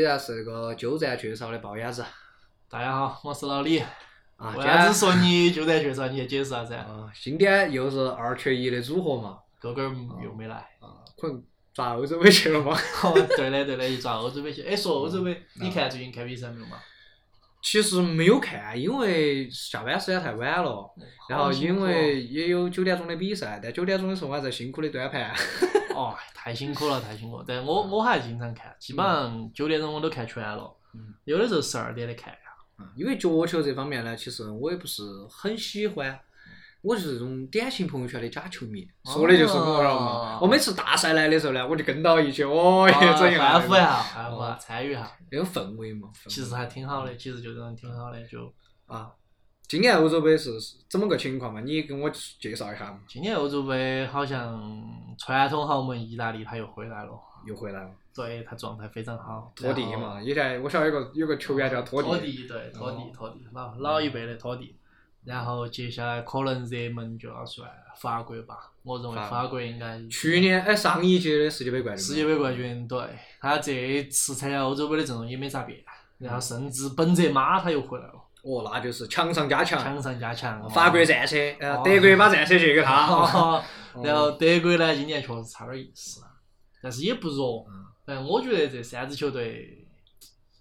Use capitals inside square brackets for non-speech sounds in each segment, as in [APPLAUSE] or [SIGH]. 呢是那个鸠占鹊巢的龅牙子大家好，我是老李。啊，为今啥天子说你就在学上？你去解释下噻？啊，今天又是二缺一的组合嘛，哥哥儿又没来。啊，可能抓欧洲杯去了嘛。 [LAUGHS] 哦，对的对的，一抓欧洲杯去。哎，说欧洲啊杯，你看最近看比赛没有嘛？其实没有看，因为下班时间太晚了，然后好辛因苦哦为也有九点钟的比赛，但九点钟的时候我还在辛苦的端盘。 [LAUGHS] 哦，太辛苦了，太辛苦了。但我我还经常看，基本上九点钟我都看全了嗯，有的时候十二点的 [LAUGHS] 看呀。啊因为脚球这方面呢，其实我也不是很喜欢，我是这种典型朋友圈的假球迷，哦说的就是我了嘛。我每次大赛来的时候呢，我就跟到一起，哦，也 [LAUGHS] 啊整一下安抚一下，安抚一下，啊哦参与一下，那种氛围嘛。其实还挺好的，嗯其实就这样挺好的。就啊，今年欧洲杯是是怎么个情况嘛？你跟我介绍一下嘛。今年欧洲杯好像传统豪门意大利他又回来了，又回来了，对他状态非常好，托蒂然后嘛，以前我晓得有个有个球员叫托哦托蒂，蒂，对，托哦蒂，托蒂，老老一辈的托蒂。然后接下来可能热门就要算法国吧，我认为法国法国应该去年哎上一届的世界杯冠军嘛，世界杯冠军，对他这一次参加欧洲杯的阵容也没咋变，然后甚至本泽马他又回来了，哦，那就是强上加强，强上加强。法国战车，呃，哦德国把战车借给他，哦然后德国呢，今年确实差点意思，啊但是也不弱嗯。但我觉得这三支球队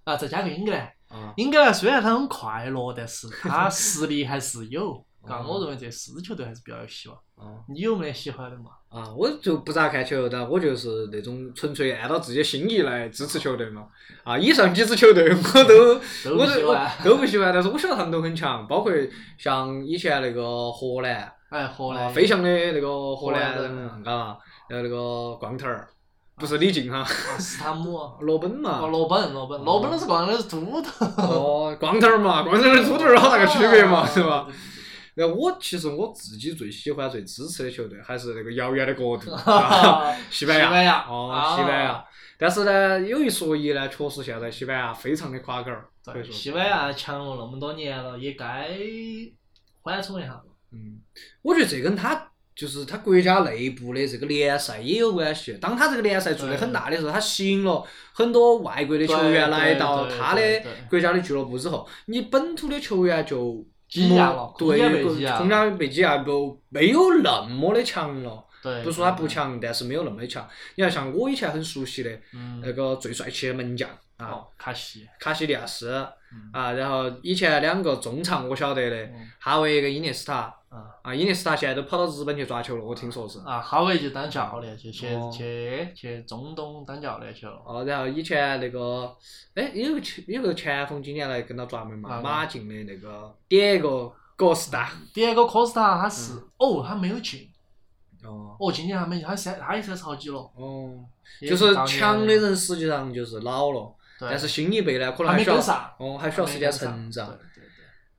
啊，再加个英格兰， [LAUGHS] 啊，英格兰虽然他很快乐，但是他实力还是 [LAUGHS] 有。哦但我认为这四支球队还是比较有希望。啊你有没得喜欢的嘛？啊，我就不咋看球，但我就是那种纯粹按照自己心意来支持球队嘛。啊，以上几支球队我都都我不喜都欢我。都不喜欢，但是我晓得他们都很强，包括像以前那个荷兰，哎，荷啊兰飞翔的那个荷兰荷兰人，人啊嘎嘛，然后那个光头儿，不是李靖哈，啊斯坦姆。罗本哦，嘛，罗本，罗本，罗本都是光的是 [LAUGHS] 秃头，哦，光头儿嘛，光头儿跟秃头儿有好大个区别嘛，啊是 [LAUGHS] 吧？？然后我其实我自己最喜欢、最支持的球队还是那个遥远的国 [LAUGHS] 度，啊 [LAUGHS] 西西班牙，班牙，哦，啊西班牙。但是呢，有一说一呢，确实现在西班牙非常的垮杆儿，可以对，说西班牙强了那么多年了，也该缓冲一下了。嗯，我觉得这跟他就是他国家内部的这个联赛也有关系。当他这个联赛做得很大的时候，他吸引了很多外国的球员对来到对对他的对对国家的俱乐部之后，你本土的球员就挤压了对，空间被挤压空间被挤压不没有那么的强了。对，不是说他不强，但是没有那么的强。你看，像我以前很熟悉的嗯，那个最帅气的门将啊，哦，卡西，卡西利亚斯嗯啊，然后以前两个中场我晓得的嗯，哈维跟伊涅斯塔。啊啊，伊涅斯塔现在都跑到日本去抓球了，我听说是。啊，哈维就当教练，去去哦去去中东当教练去了。哦，然后以前那个，哎，有个前有个前锋今年来跟他抓门嘛，啊马竞的那个迭个戈斯达。第二个科斯塔他是嗯哦，他没有进，哦。哦，今年还没进，他三他也三十好几了，哦。也就是当年强的，人实际上就是老了，对但是新一辈呢，可能还没需要跟上，哦，还需要时间成还长没。跟上对对对，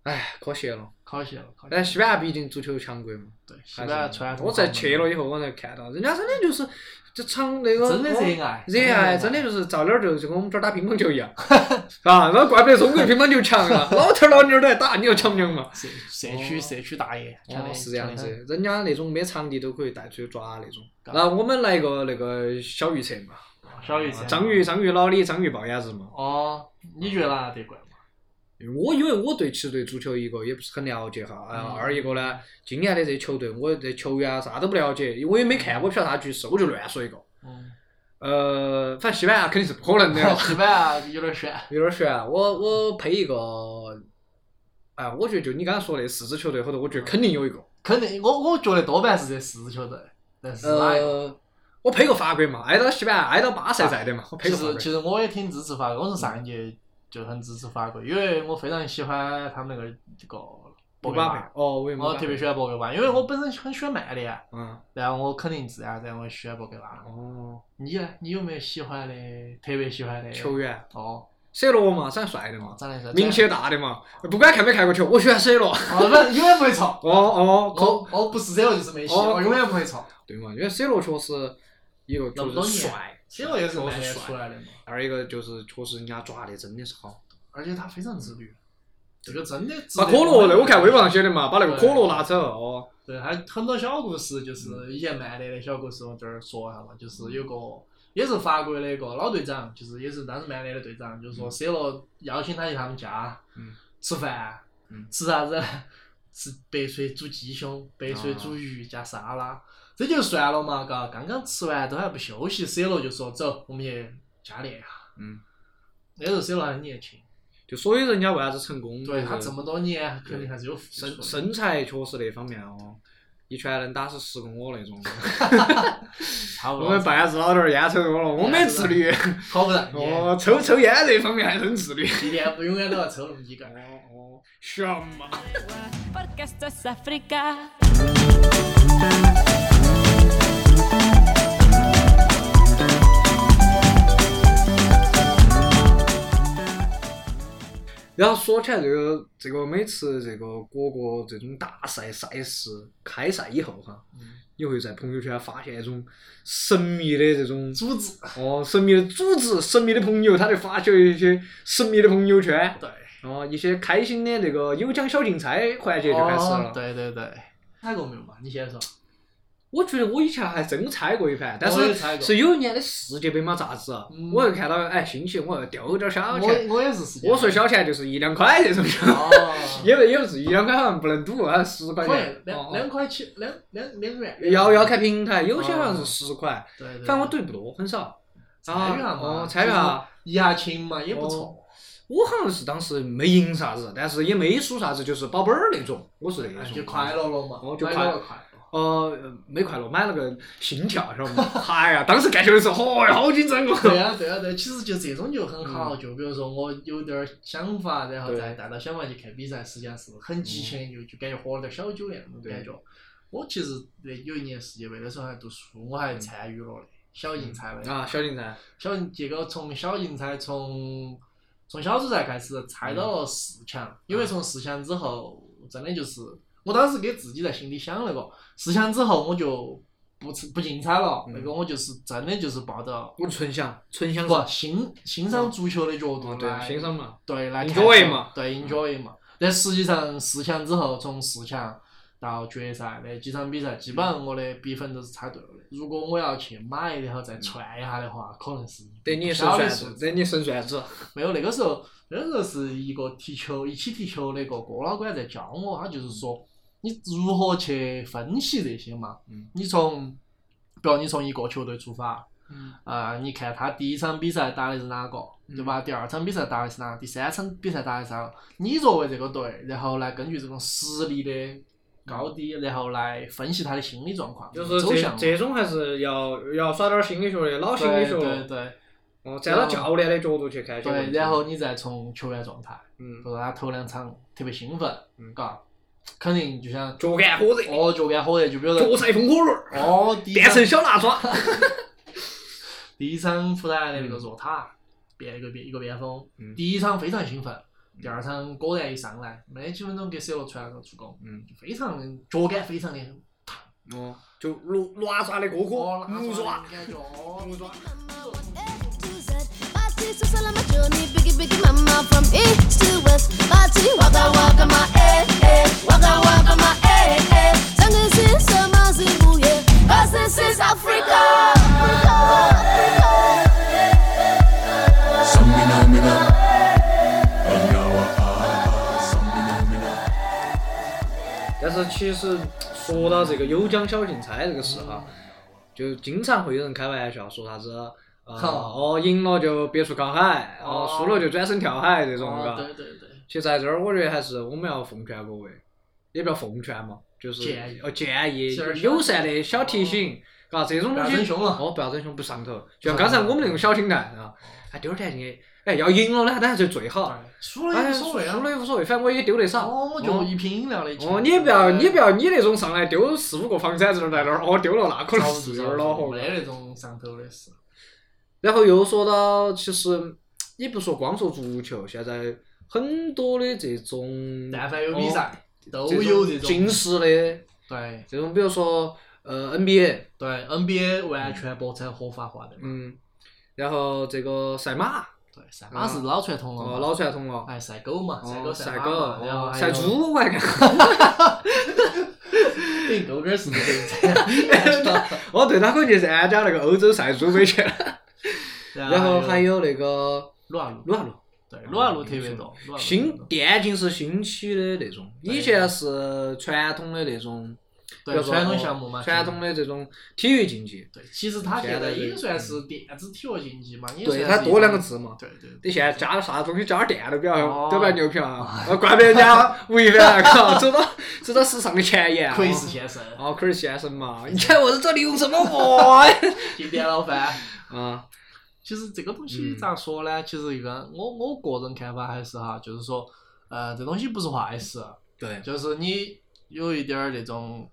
哎，可惜了。可惜了，可惜但了。西班牙毕竟足球强国嘛，对，西还班是牙传统我在去了以后，我才看到，人家真的就是这场那个真的哦热爱，热爱真的就是照点儿就就跟我们这儿打乒乓球一样， [LAUGHS] 啊，那怪不得中国乒乓球强啊，老头儿老妞儿都来打，你要强不强嘛？社社区哦社区大爷，强哦，得是这样强得子很，人家那种没场地都可以带出去抓那种。嘎然后我们来一个那个小预测嘛，啊小鱼生章鱼章鱼老李章鱼龅牙子嘛。哦，你觉得哪得冠嘛？我因为我对其实对足球一个也不是很了解哈，啊、嗯二一个呢，今年的这些球队我对球员啊啥都不了解，我也没看，我不晓得啥局势，我就乱说一个。嗯，呃，反正西班牙肯定是不可能的，啊西班牙啊有点悬。有点悬。我我配一个，哎，我觉得就你刚才说的四支球队后头，我觉得肯定有一个。肯定，我我觉得多半是这四支球队，但是哪一个？啊呃，我配个法国嘛，挨到西班牙，挨到巴塞在的嘛，我配其个法实国。其实我也挺支持法国，我从上一届就很支持法国，因为我非常喜欢他们那个这个博姆格巴巴，佩，哦，我也姆我巴特佩别喜欢博格巴，因为我本身很喜欢曼联，嗯，然后我肯定自然而然我喜欢博格巴。哦，你呢？你有没有喜欢的特别喜欢的球？员，哦， C 罗嘛，长得帅的嘛，长得是名气大的嘛，不管看没看过球，我喜欢 C 罗。哦，反正永远不会错。哦 [LAUGHS] 哦，可我我不是这个就是梅西，哦我永远不会错。对嘛，因为 C 罗确实一个那么就多是年帅，其实我也是确曼哦实联出帅，来的嘛，二一个就是确实人家抓的真的是好。而且他非常自律，这个真的值把得可们乐那我看微博上写的嘛，把那个可对乐拿走哦。嗯对，还有很多小故事，就是以前曼联的小故事，我这儿说一下嘛，就是有个也是法国的一个老队长，就是也是当时曼联的队长，就是说 C 罗邀请他去他们家嗯吃饭嗯，吃啥子？吃白水煮鸡胸，白水煮鱼加沙拉，这就算了嘛，嘎，刚刚吃完都还不休息，C 罗就说走，我们去加练一下。嗯，那时候 C 罗还很年轻，就所以人家为啥子成功？对就是他这么多年肯定还是有付出身的身材确实那方面哦，一拳能打死十个我那种。 [LAUGHS] 差不我多。们半子老头儿烟抽我了，我没自律。好不让你，哦，抽抽烟这方面还很自 [LAUGHS] 律。一年不永远都要抽那么一根哦。哦，什啊么？ Porque esto es África. 然后说起来这个这个每次这个各个这种大赛赛事开赛以后哈，嗯你会在朋友圈发现一种神秘的这种 [LAUGHS] 组织，哦神秘的组织、神秘的朋友，他就发起一些神秘的朋友圈，对，哦一些开心的这个有奖小竞猜环节就开始了。哦对对对，猜过没有嘛？你先说。我觉得我以前还真猜过一盘，但我也猜是过是有一年的世界杯嘛咋子啊嗯，我又看到哎兴起，我又丢点儿小钱，我我也是时间。我说小钱就是一两块这种。哦， [LAUGHS] 也不也不是一两块，好像不能赌，好像十块可以钱。两哦两块七，两两两元。要要。看平台，有些好像是十块，对哦对。对反正我赌的不多，很少。参与下嘛，哦参与下。一下情嘛也不错。哦我好像是当时没赢啥子，但是也没输啥子，就是保本儿那种。我是那哎种。就快。乐了嘛，哦就买快了快乐。呃，没快乐，买了个心跳，晓得吗？ [LAUGHS] 哎呀，当时干球的时候，嚯、哟，好紧张 [LAUGHS] 对哦。啊，对啊，对啊，其实就这种就很嗯好。就比如说我有点儿想法，然后再带到想法去看比赛，实际上是嗯很激情，就就感觉喝了点儿小酒那种感觉。我其实那有一年世界杯的时候还读书，我还参与了嘞，小竞猜的。嗯啊，小竞猜，小结果从小竞猜从从小组赛开始猜嗯到了四强，因啊为从四强之后真的就是，我当时给自己在心里想那个四强之后我就不不竞猜了，嗯那个我就是真的就是抱着。我纯享，纯享不哎受。欣欣赏足球的角度哦，来对，欣赏嘛。对来 Enjoy 看嘛，嗯对 enjoy 嘛。但实际上四强之后，从四强到决赛那几场比赛，基本上我的比分都是猜对了的。如果我要去买然后再串一下的话，可能是得你胜小算的数子，字。得你胜算子。没有那个时候，那个时候是一个踢球一起踢球的一个郭老倌在教我，他就是说你如何去分析这些嘛。嗯你从，比如你从一个球队出发，嗯啊、你看他第一场比赛打的是哪个，对嗯吧？第二场比赛打的是哪个？第三场比赛打的是哪个？你作为这个队，然后来根据这种实力的高低，然后来分析他的心理状况，嗯就是走这向。这种还是要要耍点儿心理学的，老心理对学。对对哦，站到教练的角度去看一些问对，题然后你再从球员状态，比嗯如，说他头两场特别兴奋，嗯嘎，肯定就像脚感火热，哦脚感火热，就比如说脚踩风火轮，哦第一变场成小哪吒。第一场湖南的那个若塔变一个边一个边锋嗯，第一场非常兴奋，第二场果然一上来没几分钟给 C 罗传了个助攻，嗯，非常脚感非常的哦，就哪哪吒的哥哦哥木爪，感觉，哦木爪。 Some me know me now. And now I, I, I, some me know me now. 但是其实说到这个有奖小竞猜这个事嗯哈，就经常会有人开玩笑说啥子。呃，哼哦，赢了就别墅靠海，哦哦，输了就转身跳海这种，哦嘎。对对对，其实在这儿，我觉得还是我们要奉劝各位，也不要奉劝嘛，就是建议哦建议小小友善的小提醒，嘎，这种东哦不西要整凶了哦，不要整凶，不上头。就像刚才我们那种小心态嗯啊，还丢点钱进去，哎，要赢了呢，当然是最好，对输了哎，也无所谓啊输，了也无所谓，反正我也丢得少。哦，我就一瓶饮料的钱。哦，你也不要，呃你不要，你那种上来丢四五个房产证在那儿，哦，丢了那可能遭不是住有点儿恼火没。得那种上头的事。嗯然后又说到，其实也不说光说足球，现在很多的这种但凡有比赛，都哦有这种。近视的对这种，比如说呃 NBA，对，NBA 完全博彩合法化的嘛。嗯，然后这个赛马，对，赛马是老传统了嘛哦，老传统了，哎，赛狗嘛，赛狗哦，赛赛狗，马嘛，然后哦还赛有，猪我还看，对， [LAUGHS] 狗狗是不对的。 [LAUGHS] 哦，对，他可能就是参加那个欧洲赛猪杯去了，然后还啊有有那个撸啊撸，撸啊撸，对，撸啊撸特别多。撸啊撸特别多新电竞是新起的那种，以前是传统的那种，比对如说传统项目嘛，传统的这种体育竞技，对，其实它现在现在也的算是电子体育竞技嘛，也算对，是它一多两个种。字嘛。对对对。你现在加了啥东西，加点电都比较哦都比较牛皮啊！呃怪不得人家吴亦凡，靠，走到走到时尚的前沿啊。奎斯先生， [LAUGHS] 哦，可是先生嘛，你看我是这里用什么我？经典老范。 [LAUGHS] 啊，其实这个东西嗯咋说呢？其实一个我我个人看法还是哈，就是说，呃，这东西不是坏事，啊对，就是你有一点儿那种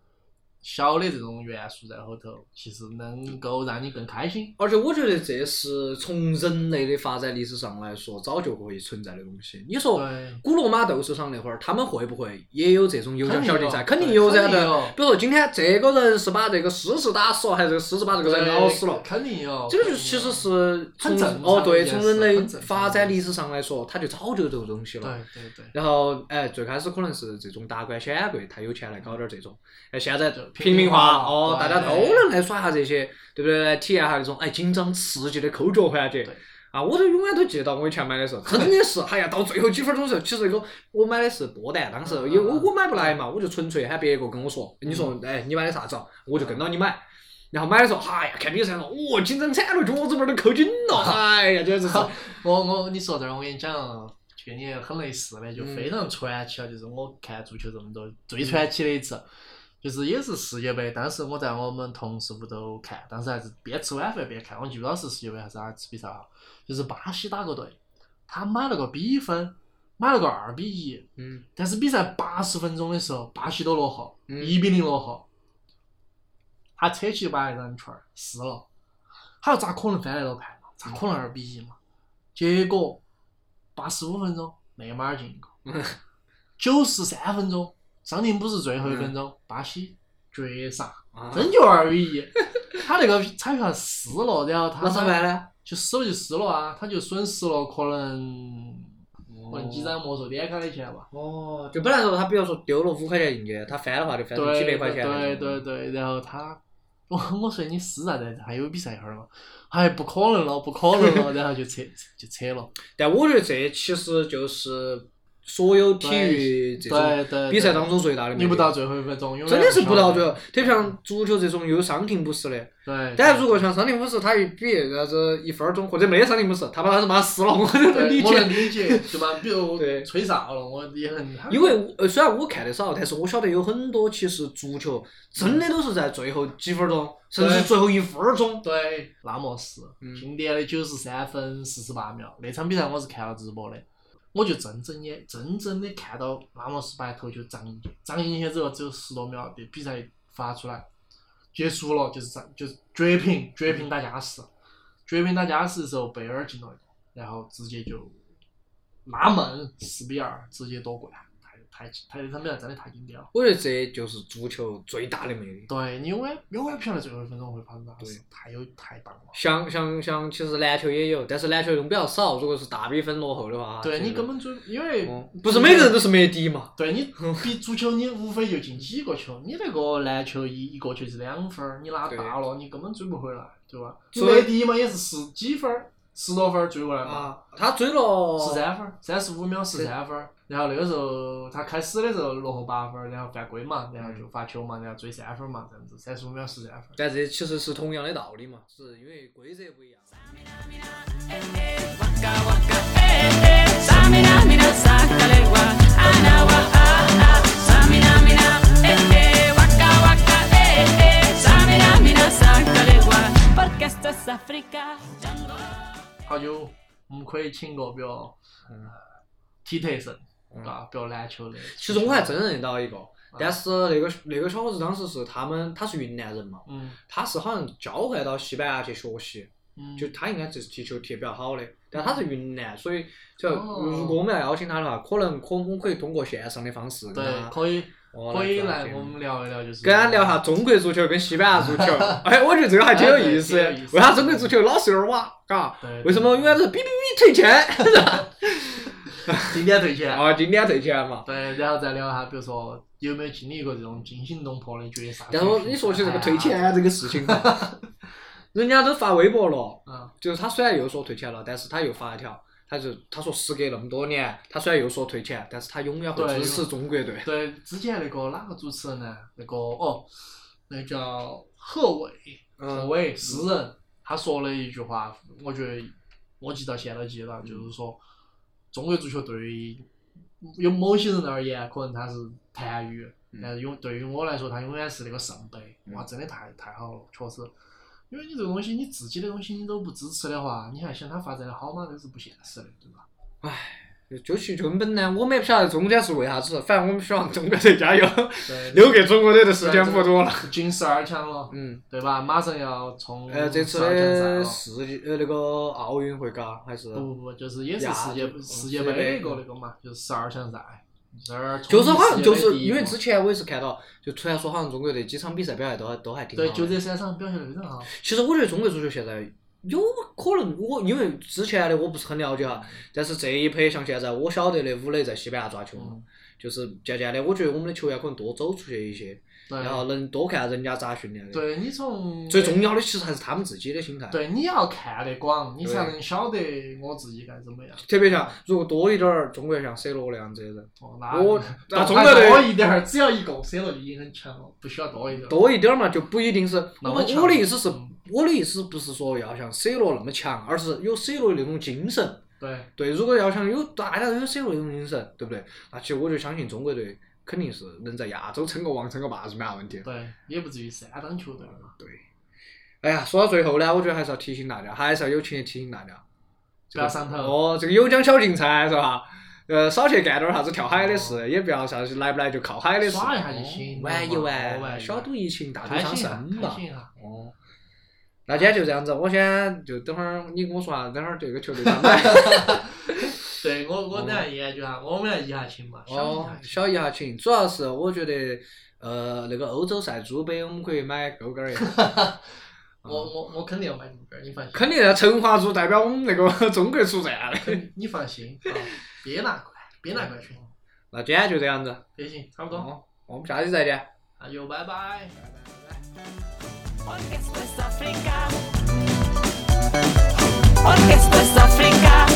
小的这种元素在后头，其实能够让你更开心。而且我觉得这是从人类的发展历史上来说，早就会存在的东西。你说对，古罗马斗兽场那会儿，他们会不会也有这种有奖小竞赛？肯肯定定有有噻肯定的有。比如说今天这个人是把这个狮子打死了，还是这个狮子把这个人咬死了？肯定有。这个就其实是从很正常哦，对，一件从事人类很正常发展历史上来说，它就早就有这个东西了。对对对，然后，哎，最开始可能是这种达官显贵，他有钱来搞点这种，哎，现在就平民化，哦，大对家都能来耍下这些，对不对？来体验下那种哎紧张刺激的抠脚环节对。啊，我都永远都记得到我以前买的时候，真的是，哎呀，到最后几分钟的时候，其实那个我买的是波蛋，当嗯时因为我我买不来嘛，我就纯粹喊别个跟我说，你说，哎，你买的啥子啊？我嗯就跟到你买。然后买的时候，哎呀，看比赛了，哇、紧张惨了，脚趾拇儿都抠紧 [LAUGHS] 了，哎呀，简直是，我我你说这儿，我跟你讲，就跟你很类似的，嗯就非常传奇了。啊就是我看足球这么多，最传奇的一次，就是也是世界杯，当时我在我们同事屋头看，当时还是边吃晚饭边看，我记不到是世界杯还是哪儿次比赛哈，就是巴西打国队，他买了个比分，买了个二比一，嗯，但是比赛八十分钟的时候，巴西都落后，嗯一、比零落后，他扯起把那张圈儿撕了，他说咋可能翻得到盘嘛？咋可能二比一嘛？结果八十五分钟内马尔进一嗯 [LAUGHS] 个，九十三分钟桑廷不是最后一分钟、嗯巴西绝杀，啊真就二 [LAUGHS] 比一，他那个彩票撕了，然后他那咋办呢？就撕了就撕了啊，他就损失了可能可能几张魔兽点卡的钱吧。哦，就本来说他比如说丢了五块钱进去，他翻的话就翻成对几百块钱那对种。对对，然后他，我我说你撕啥子？还有比赛一会儿嘛？哎，不可能了，不可能了，然后就扯就扯了。但我觉得这其实就是所有体育这种对对，比赛对当中最大的魅力你不到最后一分钟，永远真的是不到最晓后得，特别像足球这种有伤停补时的。对，但如果像伤停补时，他一比啥子一分钟或者没得伤停补时，他把他是妈撕了，我都能理对我 [LAUGHS] 能解。理解，对吧？比如对吹哨了，我也很因为我呃虽然我看得少，但是我晓得有很多其实足球真的都是在最后几分钟，甚至对最后一分钟。对拉莫斯嗯经典的九十三分四十八秒，那场比赛我是看了直播的，我就真正的真正的看到拉莫斯把头球长进去，长进去之后只有十多秒，的比赛发出来结束了，就是长就是绝平，绝平打加时，绝平打加时的时候贝尔进了一个，然后直接就拉门四比二直接夺冠，太太太那场比赛真的太经典了。我觉得这就是足球最大的魅力。对，你永远永远不晓得最后一分钟会发生啥对事，太有太棒了。像像像，其实篮球也有，但是篮球用比较少。如果是大比分落后的话，对其实你根本就因为嗯不是每个人都是梅迪嘛。[LAUGHS] 对你比足球，你无非就进几个球，你那个篮球一一个球是两分儿，你拿对大了，你根本追不回来，对吧？你所以梅迪嘛也是十几分儿，十多分儿追过来嘛，啊，他追了十三分儿，三十五秒十三分儿，然后那个时候他开始的时候落后八分儿，然后犯规嘛，然嗯后就罚球嘛，然后追三分儿嘛，这样子三十五秒十三分儿。但这其实是同样的道理嘛，是因为规则不一样。 Samina mina sakalewa anawa ah ah Samina mina eh eh waka waka eh eh Samina mina sakalewa porque esto es África. 好久我们可以请个比如嗯呃体特神，对吧？比如篮球的。其实我还真认得到一个，啊但是那个那个小伙子当时是他们，他是云南人嘛，嗯他是好像交换到西班牙去学习，嗯，就他应该是踢球踢得比较好的，但他是云南，所以就哦如果我们要邀请他的话，可能可我们可以通过线上的方式跟对他可以。哦可以做下来节目我们聊一聊，就是跟他聊下中国足球跟西班牙足 [LAUGHS] 球，哎，我觉得这个还挺有意思的哎对挺有意。思为啥中国足球老是有点瓦？嘎对，对为什么永远都是比比比退钱？经典退钱，啊，经典退钱嘛。对，然后再聊一下，比如说有没有经历过这种惊心动魄的绝杀？但是我你说起这个退退钱这个事情，人家都发微博了， [LAUGHS] 啊，就是他虽然又说退钱了，但是他又发一条，他就他说时隔那么多年，他虽然又说退钱，但是他永远会对支持中国队。对，之前那个哪个主持人呢？那个哦，那个叫贺炜，贺嗯，炜诗人，他说了一句话，我觉得我记到现在记到，就是说中国足球对于有某些人而言，可能他是痰盂，嗯但是永对于我来说，他永远是那个圣杯。嗯哇，真的太太好了，确实。因为你这个东西，你自己的东西你都不支持的话，你还想它发展的好吗？这是不现实的，对吧？就是根本呢，我们也不晓得中间是为啥子，反正我们希望中国队加油，对，留给中国队的时间不多了。进十二强了，嗯，对吧？马上要冲呃，这次嗯十二哦强赛的了。世界呃那个奥运会嘎还是不不不，就是也是亚世界洲世界杯那个那个嘛，就是十二强赛，这儿就是好像就冲击世界是杯第一因为嘛之前我也是看到，就传说好像中国队几场比赛表现都还都还挺好对的。就这三场表现得非常好，其实我觉得中国足球现在有可能我，因为之前的我不是很了解哈，但是这一批像现在我晓得的武磊在西班牙抓球嘛，嗯就是渐渐的，我觉得我们的球员可能多走出去一些，对然后能多看人家咋训练的。，对你从最重要的其实还是他们自己的心态。，对你要看得广，你对才能晓得我自己该怎么样。特别像如果多一点儿中国像 C 罗那样子的人，哦，那我那那中国队多一点儿，只要一个 C 罗就已经很强了，不需要多一点儿。多一点儿嘛，就不一定是那我么我强的意思是嗯，我的意思不是说要像 C 罗那么强，而是有 C 罗那种精神。对，对，如果要想有大家都有 C 罗这种精神，对不对？那其实我就相信中国队肯定是能在亚洲称个王、称个霸是没啥问题的。对，也不至于三当球队嘛，对。哎呀，说到最后呢，我觉得还是要提醒大家，还是要友情的提醒大家，不要上头。哦，这个有奖小竞猜是吧？呃，少去干点儿啥子跳海的事，也不要啥子来不来就靠海的事，哦耍一下就哦行玩一哦玩一玩小赌怡情，大赌开伤心一身下，开嘛心。一啊下。哦，那今天就这样子，我先就等会儿你跟我说下，啊等会儿这个球队 [LAUGHS] 咋买？对我，我等下研究下，我们来议下情嘛，小哦，议下小一下情，主要是我觉得，呃，那个欧洲赛猪杯我们可以买勾勾儿一下，我我我啊肯定要买这个，你放心。 [LAUGHS] 肯定要成华猪代表我们那个中国啊出战的。肯定，你放心啊，别拿过来，别拿过去，那今天就这样子，也行，差不多。哦，我们下期再见。那就拜拜，拜拜，拜拜。 Porque esto es África. Porque esto es África.